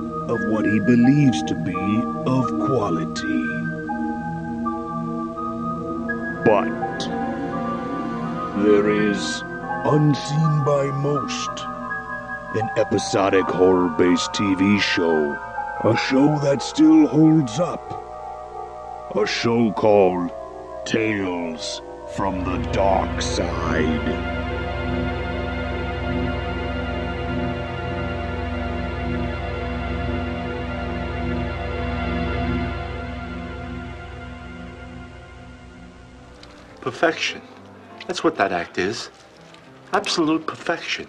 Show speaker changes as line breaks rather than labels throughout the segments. what he believes to be of quality. But there is, unseen by most, an episodic horror based TV show. A show that still holds up. A show called Tales from the Dark Side.
Perfection. That's what that act is. Absolute perfection.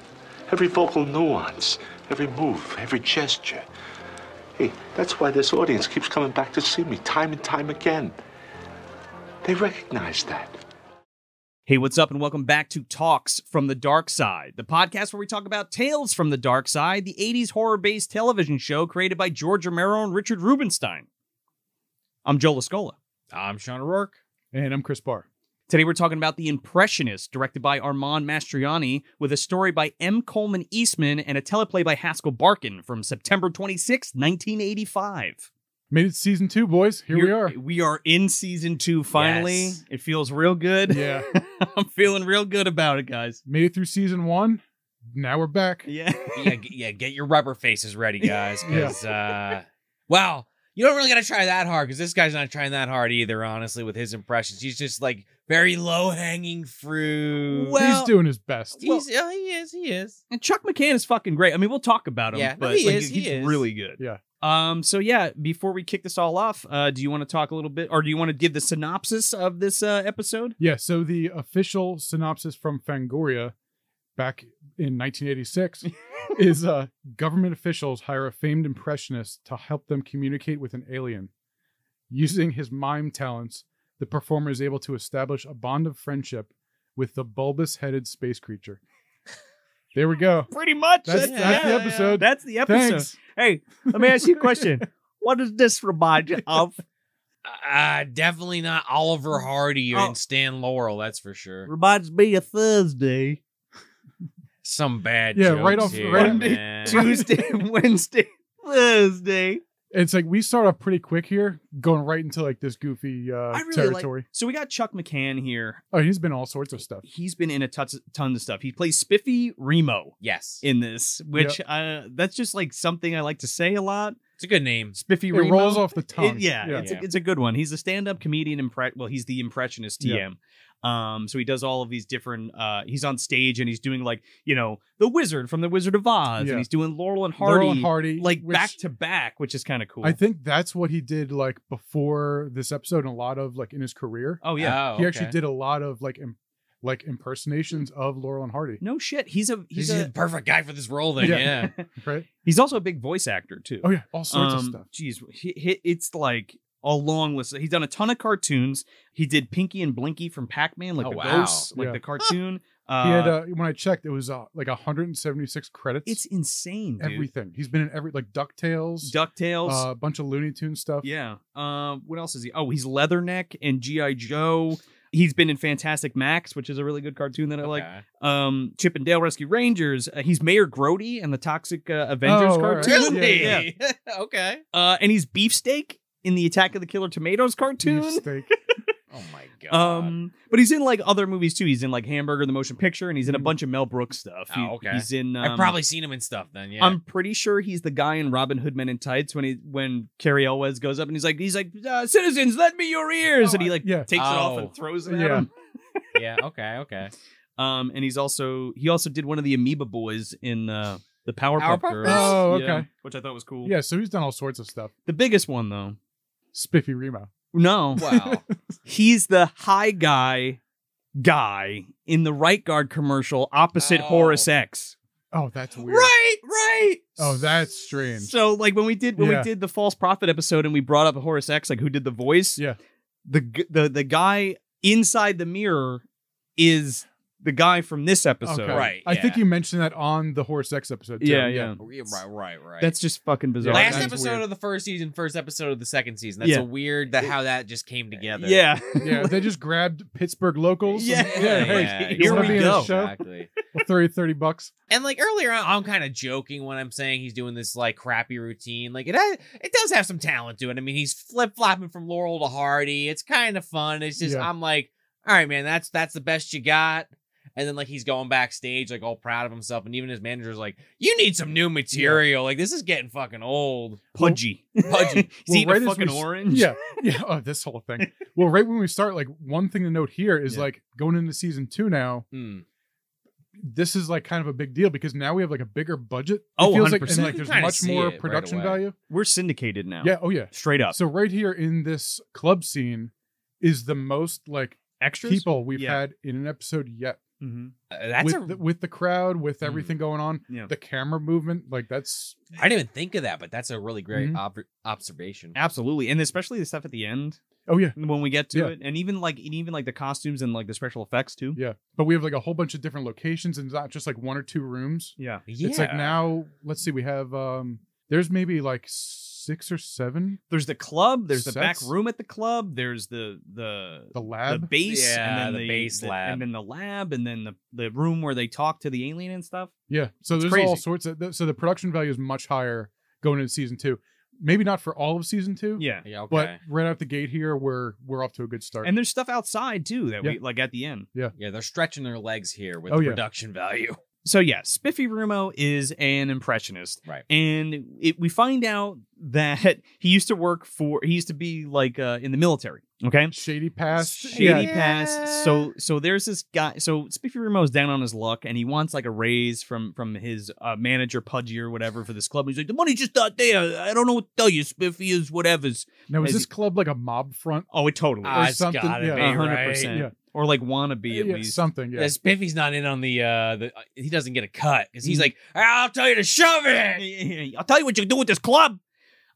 Every vocal nuance, every move, every gesture. Hey, that's why this audience keeps coming back to see me time and time again. They recognize that.
Hey, what's up, and welcome back to Talks from the Dark Side, the podcast where we talk about Tales from the Dark Side, the 80s horror based television show created by George Romero and Richard Rubenstein. I'm Joe Lascola.
I'm Sean O'Rourke.
And I'm Chris Barr.
Today we're talking about The Impressionist, directed by Armand Mastriani, with a story by M. Coleman Eastman and a teleplay by Haskell Barkin from September 26, 1985.
Made it to season two, boys. Here we are.
We are in season two finally.
Yes.
It feels real good.
Yeah.
I'm feeling real good about it, guys.
Made it through season one. Now we're back.
Yeah.
yeah, g- yeah, get your rubber faces ready, guys, because uh, wow, you don't really got to try that hard because this guy's not trying that hard either. Honestly, with his impressions, he's just like very low hanging fruit.
Well-
He's doing his best.
he's, oh, he is, he is.
And Chuck McCann is fucking great. I mean, we'll talk about him,
Yeah. No,
but
he
like,
is, he
he's
is.
really good.
Yeah.
Um, so yeah, before we kick this all off, uh, do you want to talk a little bit or do you want to give the synopsis of this uh, episode?
Yeah. So the official synopsis from Fangoria back in 1986 is uh, government officials hire a famed impressionist to help them communicate with an alien. Using his mime talents, the performer is able to establish a bond of friendship with the bulbous headed space creature. There we go.
Pretty much.
That's,
Yeah,
that's the
yeah.
episode.
That's the episode.
Thanks.
Hey, let me ask you a question. What does this remind you of?
Uh, definitely not
Mm,
Oliver Hardy
Oh.
and Stan Laurel, that's for sure.
Reminds me of Thursday,
Some bad,
Yeah,
jokes
right off-
here,
right-
Monday,
Tuesday, Wednesday, Thursday.
it's like we start off pretty quick here, going right into like this goofy uh,
I really
territory.
like. So we got Chuck McCann here.
Oh, he's been all sorts of stuff.
He's been in a tons, tons of stuff. He plays Spiffy Remo
Yes,
in this, which uh, that's just like something I like to say a lot.
it's a good name.
Spiffy
It
Remo
rolls off the tongue.
It- yeah,
yeah.
It's, a, it's a good one. He's a stand-up comedian. Impre- well, he's the impressionist TM.
Yeah.
Um, so he does all of these different. Uh, he's on stage and he's doing like you know the Wizard from the Wizard of Oz,
Yeah.
and he's doing Laurel and Hardy,
Laurel and Hardy,
like
which
back to back, which is kind of cool.
I think that's what he did like before this episode, and a lot of like in his career.
oh yeah,
Oh,
he actually
okay.
did a lot of like Im- like impersonations of Laurel and Hardy,
no shit. He's a he's,
He's,
a
the perfect guy for this role, then.
Yeah.
yeah.
right?
he's also a big voice actor too.
Oh yeah, all sorts
Um,
of stuff.
Geez, he, he, it's like a long list. He's done a ton of cartoons. He did Pinky and Blinky from Pac Man, like
Oh,
the
wow.
ghosts, like
Yeah.
the cartoon. Uh,
he had uh, when I checked, it was uh, like 176 credits.
it's insane, dude.
everything. He's been in every like Ducktales,
Ducktales.
uh, a bunch of Looney Tunes stuff.
yeah. Um, what else is he? Oh, he's Leatherneck and GI Joe. He's been in Fantastic Max, which is a really good cartoon that I like.
Okay.
Um, Chip and Dale Rescue Rangers. Uh, he's Mayor Grody and the Toxic uh, Avengers
Oh, all right.
cartoon.
Really?
Yeah,
okay.
Uh, and he's Beefsteak in the Attack of the Killer Tomatoes cartoon.
Beefsteak.
Oh my god.
Um, but he's in like other movies too. He's in like Hamburger, the motion picture, and he's in a
Mhm.
bunch of Mel Brooks stuff. He-
Oh, okay.
He's in. Um,
I've probably seen him in stuff then. Yeah.
I'm pretty sure he's the guy in Robin Hood Men in Tights when he when Carrie Elwes goes up and he's like he's like uh, citizens, lend me your ears,
Oh,
and he like
yeah.
takes it off
Oh.
and throws it at
Yeah.
him.
yeah. Okay. Okay.
Um, and he's also he also did one of the Amoeba Boys in uh, the Powerpuff,
Powerpuff
Girls.
Girls?
Oh,
Yeah,
okay.
which I thought was cool.
yeah, so he's done all sorts of stuff.
the biggest one though.
Spiffy Remo.
No,
Wow.
he's the high guy guy in the right guard commercial opposite
Oh.
Horace X.
Oh, that's weird.
right. Right.
Oh, that's strange.
So like when we did when we
Yeah.
did the false prophet episode and we brought up Horace X like who did the voice.
Yeah.
The g- the the guy inside the mirror is the guy from this episode.
Okay.
Right,
I think
yeah.
you mentioned that on the horse X episode. Too.
Yeah, yeah.
Yeah, Right. Right. Right.
That's just fucking bizarre.
last
that's
episode
weird.
of the first season, first episode of the second season. That's
Yeah.
a weird that how that just came together.
Yeah.
Yeah, they just grabbed Pittsburgh locals.
Yeah.
and- yeah, hey,
Here
wanna
we
be in a
go.
show?
Exactly.
30, 30 bucks.
And like earlier on, I'm kind of joking when I'm saying he's doing this like crappy routine. Like it, ha- it does have some talent to it. I mean, he's flip flopping from Laurel to Hardy. It's kind of fun. It's just
Yeah.
I'm like, all right, man, that's that's the best you got. And then like he's going backstage, like all proud of himself, and even his manager's like, "You need some new material. Like this is getting fucking old."
Pudgy.
Pudgy.
He's eating
right
a
as
fucking
we s-
orange.
Yeah. Yeah. Oh, this whole thing. Well, right when we start, like one thing to note here is
Yeah.
like going into season two now,
Hmm.
this is like kind of a big deal because now we have like a bigger budget. It
Oh,
feels like,
100%.
and like there's
You kinda
much
see
more
it right
production
away.
value.
We're syndicated now.
Yeah. Oh, yeah.
Straight up.
So right here in this club scene is the most like
Extras?
people we've
Yeah.
had in an episode yet.
Mhm.
Uh, that's
with,
a.
the, with the crowd, with everything going on,
Mm-hmm. Yeah.
the camera movement, like that's
I didn't even think of that, but that's a really great
Mhm.
ob- observation.
Absolutely. And especially the stuff at the end
oh yeah.
when we get to
Yeah.
it. And even like and even like the costumes and like the special effects too.
Yeah. But we have like a whole bunch of different locations and it's not just like one or two rooms.
Yeah.
Yeah.
It's like now, let's see, we have um there's maybe like six or seven
There's the club, there's the back
Sets.
room at the club, there's the the
the
the
lab.
base and
Yeah,
then
the base lab.
and then the lab and then the, the room where they talk to the alien and stuff.
yeah. So
It's
there's all
crazy.
sorts of th- so the production value is much higher going into season two. Maybe not for all of season two.
Yeah.
Yeah. Okay.
But right out the gate here, we're we're off to a good start.
And there's stuff outside too that we like at the end.
yeah, they're stretching their legs here with
Oh,
the
yeah.
production value.
So yeah, Spiffy Rumo is an impressionist,
Right.
And it, we find out that he used to work for he used to be like uh, in the military. Okay,
Shady Pass.
shady
Yeah.
past. So so there's this guy. So Spiffy Rumo is down on his luck, and he wants like a raise from from his uh, manager Pudgy or whatever for this club. He's like, the money's just not there. I don't know what to tell you. Spiffy is whatever's.
Now is
Is
this
he-
club like a mob front?
Oh, it totally.
Ah,
Uh, it's
something,
gotta
yeah.
be
A hundred
right?
percent.
Yeah.
Or like wannabe at
Yeah,
least.
something. Yeah.
Yeah, Spiffy's not in on the uh the he doesn't get a cut because
Mm-hmm.
he's like, I'll tell you to shove it.
I'll tell you what you can do with this club.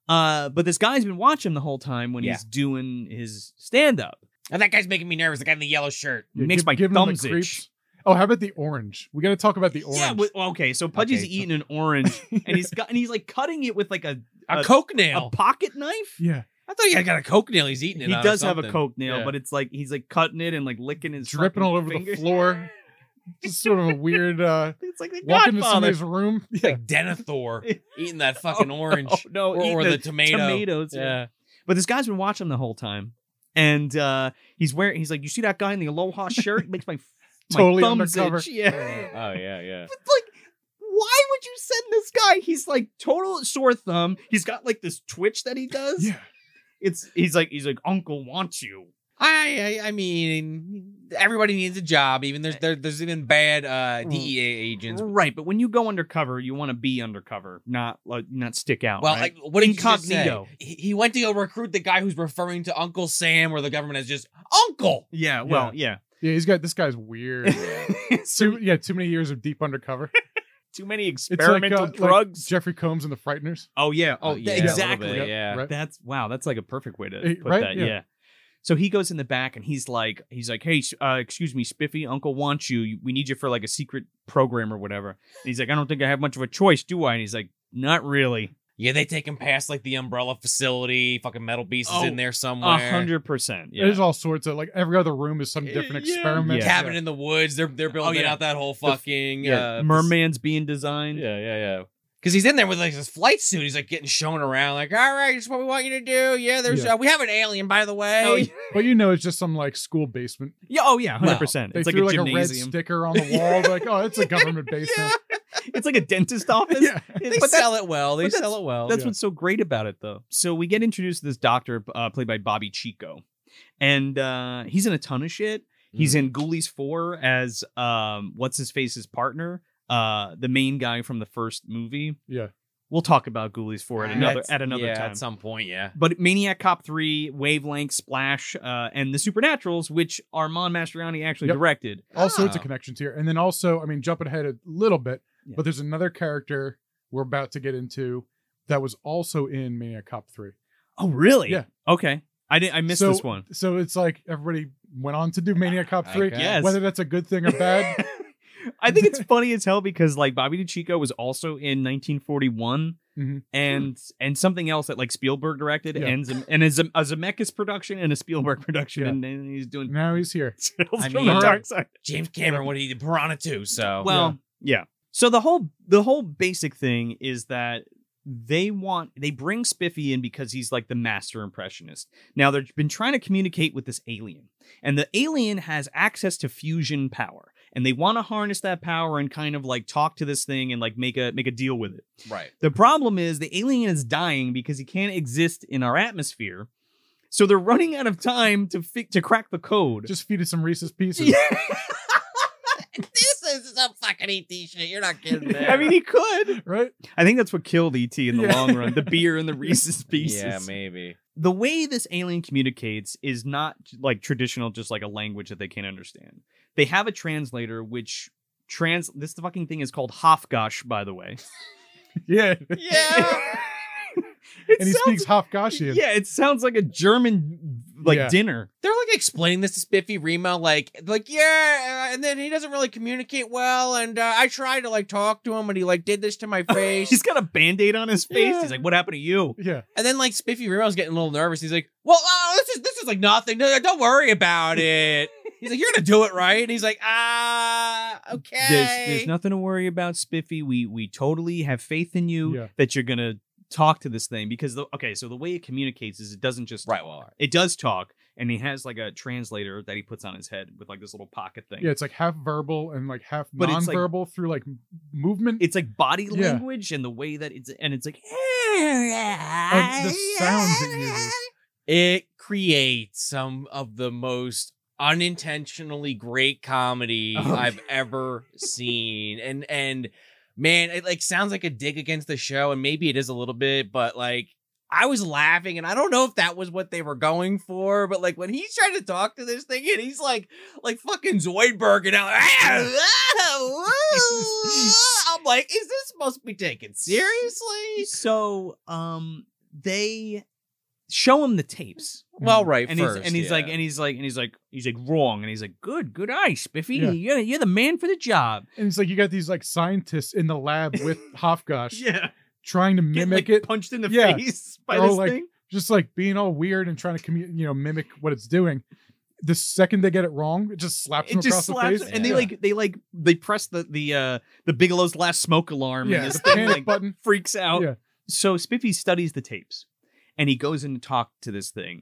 Uh, but this guy's been watching the whole time when
Yeah.
he's doing his stand up.
And that guy's making me nervous, the guy in the yellow shirt.
Yeah,
makes
give-
my
give him the
thumbs itch.
creeps. Oh, how about the orange? We got to talk about the orange.
Yeah, with, okay. So Pudgy's
Okay.
eating an orange, and he's got and he's like cutting it with like a
A,
A-
coke
a
nail.
pocket knife.
yeah,
I thought he had got a coke nail he's eating it
He
on or
does have a
something.
coke nail,
Yeah.
but it's like he's like cutting it and like licking his
dripping
fucking
all over
fingers.
the floor. Just sort of a weird uh
It's like the
walk into
Godfather.
somebody's room.
He's like Denethor eating that fucking orange.
Oh, no,
or,
eating
or
the
the tomato.
tomatoes.
Yeah.
But this guy's been watching the whole time, and uh he's wearing. He's like, you see that guy in the aloha shirt? It makes my my
Totally
thumbs
undercover.
itch. Yeah.
Oh yeah, yeah.
But like, why would you send this guy? He's like total sore thumb. He's got like this twitch that he does.
Yeah,
It's he's like he's like Uncle wants you.
I, I I mean everybody needs a job. Even there's there, there's even bad uh
Mm.
DEA agents.
Right, but when you go undercover, you want to be undercover, not like not stick out.
Well,
right?
like, what did
Incognito.
incognito? He, he went to go recruit the guy who's referring to Uncle Sam, or the government as just Uncle.
yeah, well, yeah.
yeah. He's got this guy's weird.
so
too, yeah, too many years of deep undercover.
too many
It's like,
experimental
uh, like
drugs.
Jeffrey Combs and the Frighteners.
oh yeah, oh
yeah,
yeah,
a little
exactly.
bit, yeah.
Right.
That's wow. That's like a perfect way to
Eh,
put
right?
that.
Yeah.
Yeah. So he goes in the back and he's like, he's like, hey, s- uh, excuse me, Spiffy, Uncle wants you. You- We need you for like a secret program or whatever. And he's like, I don't think I have much of a choice, do I? And he's like, not really.
Yeah, they take him past like the umbrella facility. Fucking metal beast is
Oh,
in there
A
somewhere.
hundred percent. Yeah.
There's all sorts of like every other room is some different
Yeah.
experiment.
Yeah.
Cabin in the woods. They're they're building
Oh, yeah.
out that whole
f-
fucking
Yeah,
uh,
Merman's being designed.
Yeah, yeah, yeah. Because he's in there with like his flight suit. He's like getting shown around. Like, all right, this is what we want you to do. Yeah, there's
Yeah.
Uh, we have an alien by the way.
Oh, yeah.
But you know, it's just some like school basement.
Yeah, oh yeah, hundred
Well,
percent.
They
It's like
threw
a
like a red
gymnasium.
sticker on the wall. like, oh, it's a government basement.
it's like a dentist office.
Yeah.
They
But that-
sell it well. They
but that's-
sell it well.
that's
Oh, yeah.
what's so great about it, though. So we get introduced to this doctor uh, played by Bobby Chico, and uh, he's in a ton of shit.
Hmm.
He's in Ghoulies Four as um, what's his face's partner, uh, the main guy from the first movie.
Yeah.
We'll talk about Ghoulies Four
Ah,
at another
That's-
at another
yeah,
time.
At some point, yeah.
but Maniac Cop 3, Wavelength, Splash, uh, and The Supernaturals, which Armand Mastroianni actually
Yep.
directed.
all sorts of
Oh.
connections here. And then also, I mean, jumping ahead a little bit,
Ah. Yeah.
but there's another character we're about to get into that was also in Maniac Cop 3.
Oh, really?
Yeah.
Okay. I didn't. I missed
So-
this one.
So it's like everybody went on to do Maniac Cop 3.
Okay.
Yes.
Whether that's a good thing or bad,
I think it's funny as hell because like Bobby DiCicco was also in 1941,
Mhm.
and and something else that like Spielberg directed
Yeah.
and Zem- and a, Zem- a Zemeckis production and a Spielberg production,
Yeah.
and then he's doing
Now he's here.
Tales
I
from
mean-
the Dark Side.
James Cameron, what he did, Piranha 2. So
Well, yeah. So the whole the whole basic thing is that they want they bring Spiffy in because he's like the master impressionist. Now they've been trying to communicate with this alien, and the alien has access to fusion power, and they want to harness that power and kind of like talk to this thing and like make a make a deal with it.
right.
The problem is the alien is dying because he can't exist in our atmosphere. So they're running out of time to fi- to crack the code.
Just feed us some Reese's Pieces.
this is some fucking ET shit. You're not kidding me.
I mean, he could.
Right?
I think that's what killed ET in the
Yeah.
long run. The beer and the Reese's pieces.
yeah, maybe.
The way this alien communicates is not like traditional, just like a language that they can't understand. They have a translator, which trans this fucking thing is called Hofgosh, by the way.
Yeah.
Yeah.
It
and he
sounds-
speaks Hofgashian.
Yeah, it sounds like a German like
Yeah.
dinner.
They're like explaining this to Spiffy Rima, like, like yeah, uh, and then he doesn't really communicate well. And uh, I tried to like talk to him, and he like did this to my face.
Oh, He's got a band-aid on his face.
Yeah.
He's like, what happened to you?
Yeah.
And then like Spiffy Rima's getting a little nervous. He's like, "Well, oh, this is this is like nothing. No, don't worry about it." He's like, "You're gonna do it, right?" And he's like, "Ah, okay."
There's there's nothing to worry about, Spiffy. We we totally have faith in you
Yeah.
that you're gonna talk to this thing because the, okay, so the way it communicates is it doesn't just
right. Well, all right.
It does talk, and he has like a translator that he puts on his head with like this little pocket thing.
Yeah. It's like half verbal and like half
But it's like-
nonverbal through like m- movement.
It's like body
Yeah.
language and the way that it's and it's like
And the sounds it uses.
it creates some of the most unintentionally great comedy
Oh.
I've ever seen, and and man, it like sounds like a dig against the show, and maybe it is a little bit, but like. I was laughing, and I don't know if that was what they were going for, but like when he's trying to talk to this thing, and he's like, like fucking Zoidberg, and out, I'm like, is this supposed to be taken seriously?
so um they show him the tapes.
Well, right
and
first,
he's and he's like
yeah.
and he's like and he's like he's like wrong and he's like good good eye Spiffy
Yeah.
you're, you're the man for the job
And it's like you got these like scientists in the lab with Hofgosh
yeah
trying to
Get, like,
mimic it,
punched in the
Yeah.
face by
They're all
this
like-
thing
just like being all weird and trying to commu- you know mimic what it's doing. The second they get it wrong, it just slaps
it
them
just
across
slaps
the
him,
face.
and they
Yeah.
like they like they press the the uh the Bigelow's last smoke alarm
yeah,
and this
the
thing
panic
like
button.
freaks out.
Yeah.
So Spiffy studies the tapes and he goes in to talk to this thing.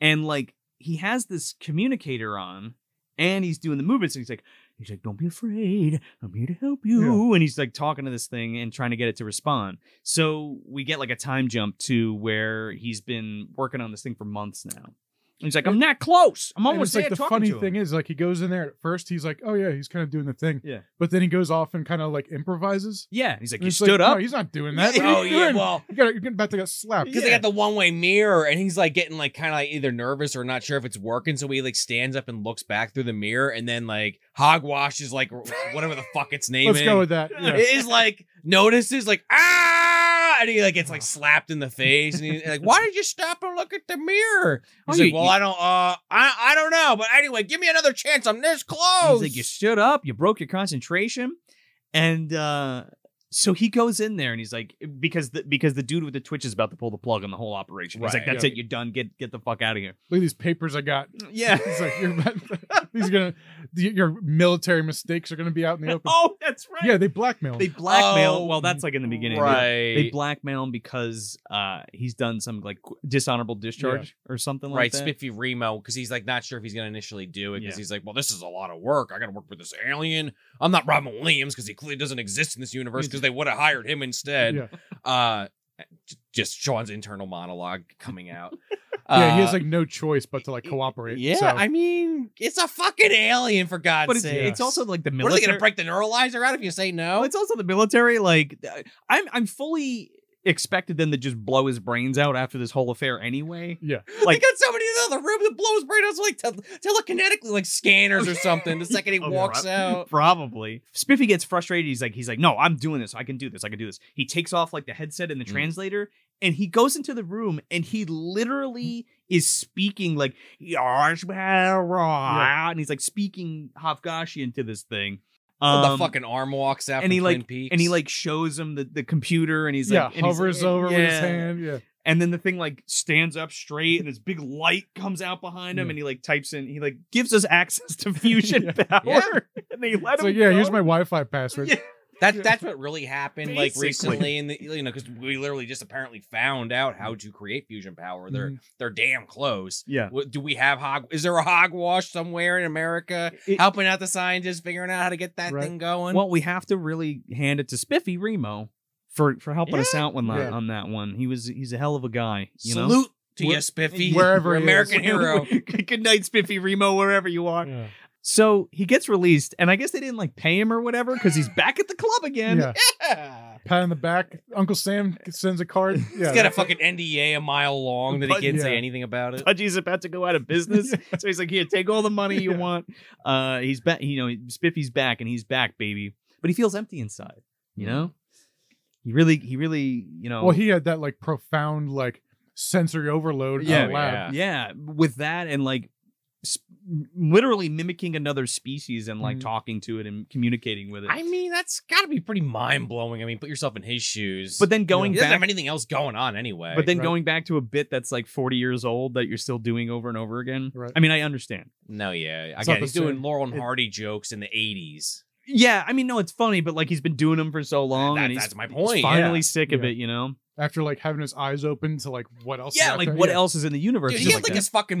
And like he has this communicator on and he's doing the movements and he's like, he's like, Don't be afraid. I'm here to help you. And he's like talking to this thing and trying to get it to respond. So we get like a time jump to where he's been working on this thing for months now. And he's like, I'm not close. I'm
And
almost
it's like
there
the
talking
funny
to him."
thing is like he goes in there at first he's like oh yeah he's kind of doing the thing
Yeah.
but then he goes off and kind of like improvises
yeah. He's like,
And
You
it's
stood
like,
up.
no he's not doing that
Yeah.
What are
oh
you
yeah,
doing?
well,
you got you're getting about to get slapped
because they got the one way mirror and he's like getting like kind of like either nervous or not sure if it's working so he like stands up and looks back through the mirror and then like hogwash is like whatever the fuck its name
let's
is
go with that
It
yeah.
is like notices like ah and he like gets like slapped in the face and he's like why did you stop and look at the mirror
Oh,
he's like
you-
well
you-
i don't uh i i don't know but anyway give me another chance i'm this close
He's like, you stood up, you broke your concentration, and uh, so he goes in there and he's like, because the because the dude with the twitch is about to pull the plug on the whole operation. he's
Right,
like, that's
yeah.
it, you're done. Get get the fuck out of here.
look at these papers i got
Yeah.
it's like you're about these are gonna the- your military mistakes are gonna be out in the open
oh, that's right.
yeah they blackmail him.
they blackmail.
Oh,
well, that's like in the beginning. They-
right
They blackmail him because uh, he's done some like qu- dishonorable discharge or something
right
like that.
spiffy remo because he's like not sure if he's gonna initially do it because
Yeah.
he's like well this is a lot of work i gotta work with this alien i'm not robin williams because he clearly doesn't exist in this universe because they would have hired him instead
yeah.
uh j- just sean's internal monologue coming out
yeah he has
Uh,
like no choice but to like cooperate
yeah
so.
i mean it's a fucking alien for
But
god's
it's,
sake
it's also like the
what are
military.
they gonna break the neuralizer out if you say
Well,
no
it's also the military. Like, I'm I'm fully expected them to just blow his brains out after this whole affair anyway.
Yeah.
like-
they got somebody in the other room that blows brain out like te- telekinetically like scanners or something the second he
Oh,
walks
prob-
out
Probably. Spiffy gets frustrated. He's like, he's like, no, I'm doing this. I can do this. I can do this. He takes off like the headset and the
Mm.
translator, and he goes into the room and he
Mm.
literally is speaking like "Yarsh, blah, rah," and he's like speaking Hafgashian to this thing.
the
Um,
fucking arm walks out
and
from
he, like-
Twin Peaks.
and he like shows him the, the computer and he's
yeah,
like and he's-
hovers over with his
yeah.
hand. Yeah,
and then the thing like stands up straight and this big light comes out behind him and he like types in he like gives us access to fusion
Yeah.
power
Yeah.
and they let
so
him
yeah, here's
go.
my Wi-Fi password.
Yeah.
That that's what really happened like
Basically.
recently in the you know because we literally just apparently found out how to create fusion power. They're
Mm-hmm.
they're damn close.
yeah
What, do we have hog? Is there a hogwash somewhere in America
It-
helping out the scientists figuring out how to get that
Right.
thing going?
well we have to really hand it to spiffy remo for for helping us out one
Yeah.
on that one he was he's a hell of a guy you know
salute to
Where-
you, Spiffy,
wherever
You're
he
American hero.
good night spiffy remo wherever you are so he gets released and i guess they didn't like pay him or whatever because he's back at the club again
Yeah. Pat on the back. Uncle Sam sends a card. Yeah,
He's got a fucking NDA a mile long that he
But-
can't say
yeah.
anything about it.
Pudgy's about to go out of business. So he's like, here, take all the money you
Yeah.
want. Uh, he's back, you know, Spiffy's back and he's back, baby. But he feels empty inside, you know? He really, he really, you know.
well, he had that like profound like sensory overload.
Yeah.
Yeah, lab.
yeah.
yeah, with that and like sp- literally mimicking another species and like
Mm-hmm.
Mhm.
talking to it and communicating with it.
I mean, that's got to be pretty mind blowing. I mean, put yourself in his shoes.
but then going
he doesn't have
back.
anything else going on anyway.
But then
Right.
going back to a bit that's like 40 years old that you're still doing over and over again.
Right.
I mean, I understand.
no, yeah,
It's
again,
not
he's
the same.
doing Laurel and
It-
Hardy jokes in the '80s.
Yeah, I mean, no, it's funny, but like he's been doing them for so long,
That-
and he's,
that's my
he's
point,
finally
yeah.
sick of
Yeah.
it, you know.
After like having his eyes open to like what else? is
yeah,
out
like
there.
what
Yeah.
else is in the universe?
Dude,
and
he had
shit
like
like
this fucking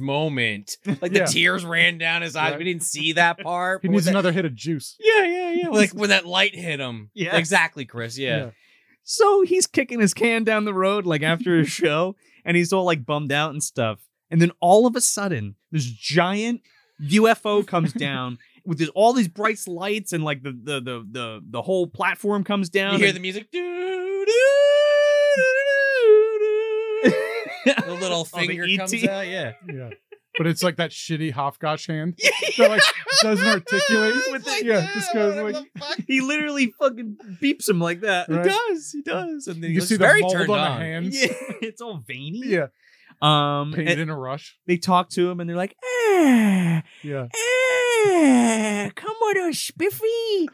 moment. Like the
Yeah.
tears ran down his eyes.
Right.
We didn't see that part.
He
but when
needs
that-
another hit of juice.
Yeah, yeah, yeah. Like when that light hit him.
Yeah.
exactly, Chris. Yeah.
that. So he's kicking his can down the road, like after his show, and he's all like bummed out and stuff. And then all of a sudden, this giant UFO comes down with this, all these bright lights, and like the the the the, the whole platform comes down.
You
Um,
hear
and-
the music. doo, doo, doo, doo, doo. The little
Oh, the
finger
E
ET.
comes out. Yeah.
Yeah, yeah. But it's like that shitty Hofgosh hand that like doesn't articulate.
It's like,
yeah, just
uh,
goes
whatever
like.
the fuck.
he literally fucking beeps him like that.
Right.
He does. He does. And then
You can
He looks
see the
very
mold
turned
on,
on.
the hands.
yeah, it's all veiny.
Yeah,
Um. and
painted in a rush.
they talk to him, and they're like, "Eh,
Yeah,
Eh, come on, us, Spiffy.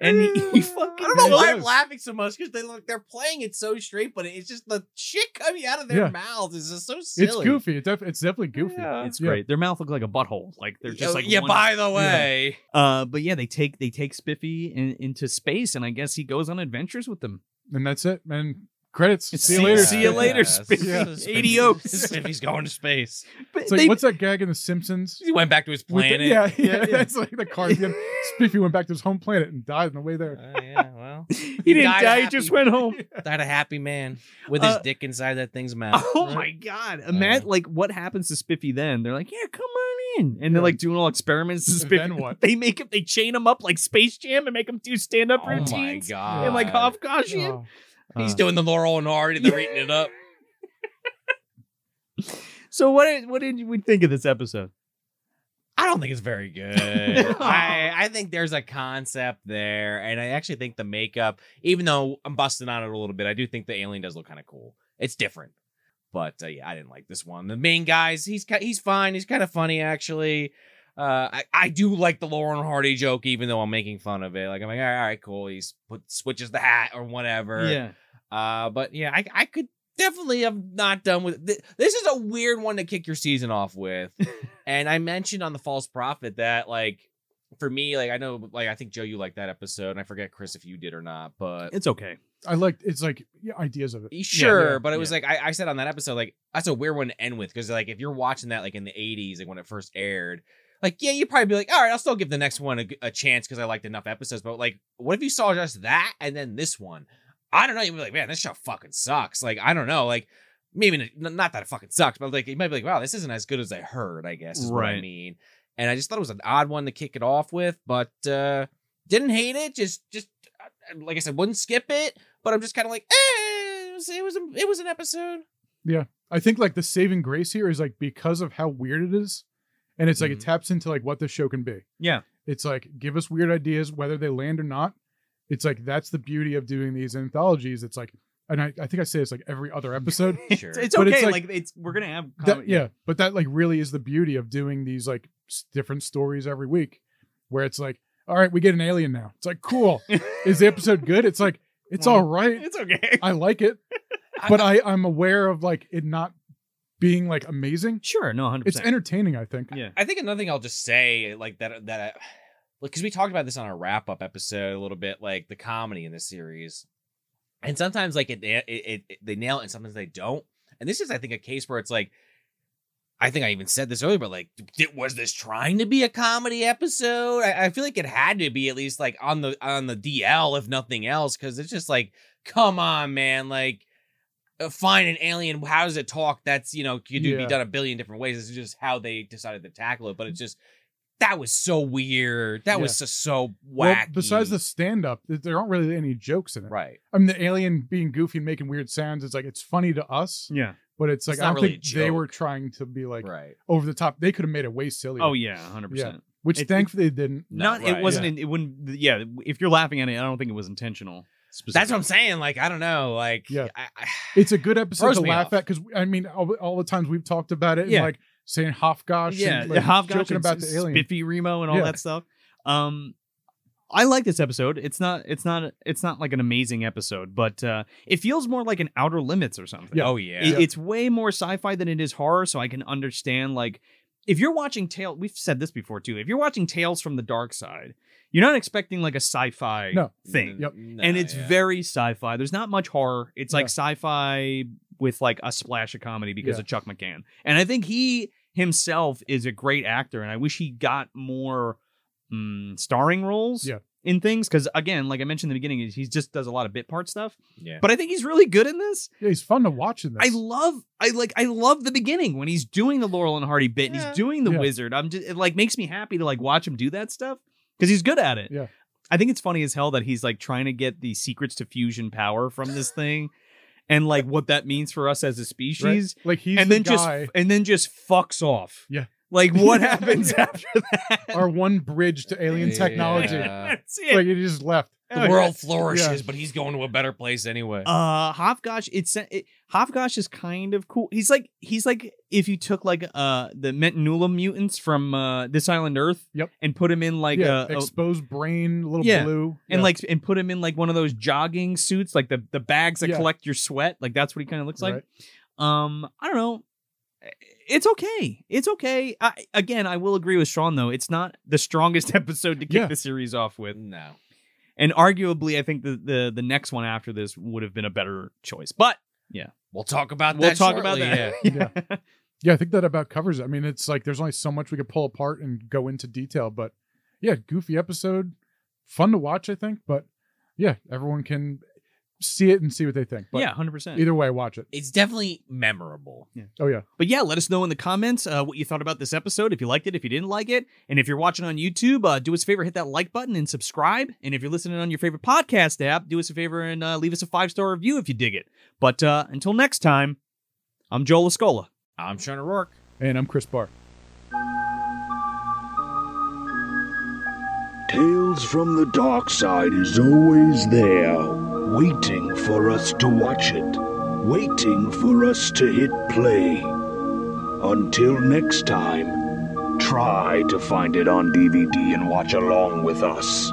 And he, he fucking.
Mm. I don't know
Yeah, it
why I'm
does.
laughing so much because they look they're playing it so straight, but it's just the shit coming out of their
Yeah.
mouths is just so silly.
it's goofy. It def- it's definitely goofy.
Yeah.
It's
Yeah.
great. Their mouth look like a butthole. Like they're just
Oh,
like
yeah.
one-
By the way,
Uh, but yeah, they take they take Spiffy in, into space, and I guess he goes on adventures with them.
And that's it. And credits.
It's-
See you later.
see you
Yeah.
later,
Yes.
Spiffy.
Yeah.
Eighty oaks.
Spiffy's going to space.
But
It's like
they-
what's that gag in The Simpsons?
He went back to his
With the-
planet.
yeah,
Yeah,
yeah,
yeah.
That's like the card game. Spiffy went back to his home planet and died on the way there.
Uh, yeah, well,
he,
he
didn't
died
die. He
happy.
just went home.
died a happy man with
Uh,
his dick inside that thing's mouth.
Oh my god! Imagine like what happens to Spiffy then? They're like, "Yeah, come on in," and they're
Yeah.
like doing all experiments. To Spiffy.
Then what?
They make him. They chain him up like Space Jam and make him do stand up
Oh
routines.
my god!
and like Hofgashian.
Oh.
he's
Uh,
doing the Laurel and Hardy. They're eating it up.
so what did what did we think of this episode?
I don't think it's very good. I, I think there's a concept there, and I actually think the makeup, even though I'm busting on it a little bit, I do think the alien does look kind of cool. It's different, but uh, yeah, I didn't like this one. The main guys, he's ki- he's fine. He's kind of funny actually. Uh, I, I do like the Lauren Hardy joke, even though I'm making fun of it. Like I'm like, all right, all right, cool. He's put switches the hat or whatever. Uh, but yeah, I I could definitely have not done with th- this. Is a weird one to kick your season off with, and I mentioned on the False Prophet that like for me, like I know, like I think Joe, you liked that episode, and I forget Chris if you did or not, but
it's okay.
I liked it's like yeah, ideas of it.
sure.
yeah,
but it was
yeah.
like I, I said on that episode, like that's a weird one to end with because like if you're watching that like in the '80s, like when it first aired. Like yeah, you'd probably be like, all right, I'll still give the next one a, g- a chance because I liked enough episodes. But like, what if you saw just that and then this one? I don't know. You'd be like, man, this show fucking sucks. Like, I don't know. Like, maybe n- not that it fucking sucks, but like, you might be like, wow, this isn't as good as I heard, I guess, is what I
Right.
mean. And I just thought it was an odd one to kick it off with, but uh didn't hate it. Just, just uh, like I said, wouldn't skip it, but I'm just kind of like, eh, it was, it was, a, it was an episode.
I think like the saving grace here is like because of how weird it is, and it's like
Mhm.
it taps into like what the show can be.
Mm-hmm. Yeah.
It's like give us weird ideas whether they land or not. It's like that's the beauty of doing these anthologies. It's like, and I, I think I say this like every other episode.
Sure.
It's, it's
But
okay.
it's
like,
like-
it's we're gonna have
that, yeah, but that like really is the beauty of doing these like s- different stories every week, where it's like, all right, we get an alien now. It's like, cool. Is the episode good? It's like, it's all right.
It's okay.
I like it. But I, I'm aware of like it not being like amazing.
Sure, no, hundred
It's
percent.
entertaining, I think.
Yeah.
I think another thing I'll just say, like that, that because we talked about this on our wrap up episode a little bit, like the comedy in this series, and sometimes like it, it, it, it- they nail it, and sometimes they don't. And this is, I think, a case where it's like, I think I even said this earlier, but like, did, was this trying to be a comedy episode? I, I feel like it had to be at least like on the on the DL, if nothing else, because it's just like, come on, man, like. uh, Find an alien. How does it talk? That's you know, could do be
Yeah.
done a billion different ways. This is just how they decided to tackle it. But it's just that was so weird. That was just so wacky.
Well, besides the stand up, there aren't really any jokes in it.
right,
I mean, the alien being goofy and making weird sounds is like, it's funny to us,
yeah.
but it's like,
It's
I
not
don't
really a
think they were
joke.
trying to be like
right.
over the top. They could have made it way sillier.
Oh yeah, hundred percent.
Which
It-
thankfully they didn't.
Not
right.
it wasn't. in- it wouldn't. Yeah, if you're laughing at it, I don't think it was intentional.
That's what I'm saying. Like I don't know. Like
Yeah.
I, I,
It's a good episode
Throws
to
me
laugh
off.
at because I mean, all, all the times we've talked about it,
Yeah.
and like saying Hofgosh,
yeah,
and, like,
Hopgosh
joking
and
about the
S-
alien.
Spiffy Remo and all
Yeah.
that stuff. Um, I like this episode. It's not. It's not. It's not like an amazing episode, but uh, it feels more like an Outer Limits or something.
Yeah.
oh yeah.
It- it's way more sci-fi than it is horror, so I can understand like if you're watching Tale. We've said this before too. If you're watching Tales from the Dark Side, you're not expecting like a sci-fi
No.
thing.
Yep.
Nah,
and it's
yeah.
very sci-fi. There's not much horror. It's like
Yeah.
sci-fi with like a splash of comedy because
Yeah.
of Chuck McCann. And I think he himself is a great actor, and I wish he got more mm, starring roles
Yeah.
in things. Because again, like I mentioned in the beginning, he just does a lot of bit part stuff.
yeah.
But I think he's really good in this.
Yeah, he's fun to watch in this.
I love, I like, I love the beginning when he's doing the Laurel and Hardy bit and
Yeah.
he's doing the
Yeah.
wizard. I'm just, it like makes me happy to like watch him do that stuff because he's good at it.
Yeah.
I think it's funny as hell that he's like trying to get the secrets to fusion power from this thing and like what that means for us as a
right?
species.
like he's
And
the
then just,
guy,
and then just fucks off.
Yeah.
Like what happens after that?
our one bridge to alien technology.
Yeah.
That's it.
Like he just left.
The world flourishes,
Yeah.
but he's going to a better place anyway.
Uh, Hopgosh, it's it, Hopgosh is kind of cool. He's like he's like if you took like uh the Mentanula mutants from uh this island Earth,
Yep.
and put him in like
yeah,
uh, a,
exposed brain, a little
Yeah.
blue,
and
Yeah.
like and put him in like one of those jogging suits, like the the bags that
Yeah.
collect your sweat. Like that's what he kind of looks like.
Right.
Um, I don't know. It's okay. It's okay. I, again, I will agree with Sean though. It's not the strongest episode to kick
Yeah.
the series off with.
no.
And arguably, I think the, the the next one after this would have been a better choice. But
We'll talk about
we'll
that.
talk about
shortly,
that.
yeah.
Yeah. yeah, I think that about covers it. I mean, it's like there's only so much we could pull apart and go into detail, but yeah, goofy episode, fun to watch, I think. But yeah, everyone can see it and see what they think. But
yeah, hundred percent.
either way, watch it.
It's definitely memorable.
Oh yeah,
But yeah, let us know in the comments uh, what you thought about this episode. If you liked it, if you didn't like it, and if you're watching on YouTube, uh, do us a favor, hit that like button and subscribe. And if you're listening on your favorite podcast app, do us a favor and uh, leave us a five star review if you dig it. But uh, until next time, I'm Joel Escola.
I'm Sean O'Rourke.
and I'm Chris Barr.
Tales from the Dark Side is always there, waiting for us to watch it, waiting for us to hit play. Until next time, try to find it on DVD and watch along with us.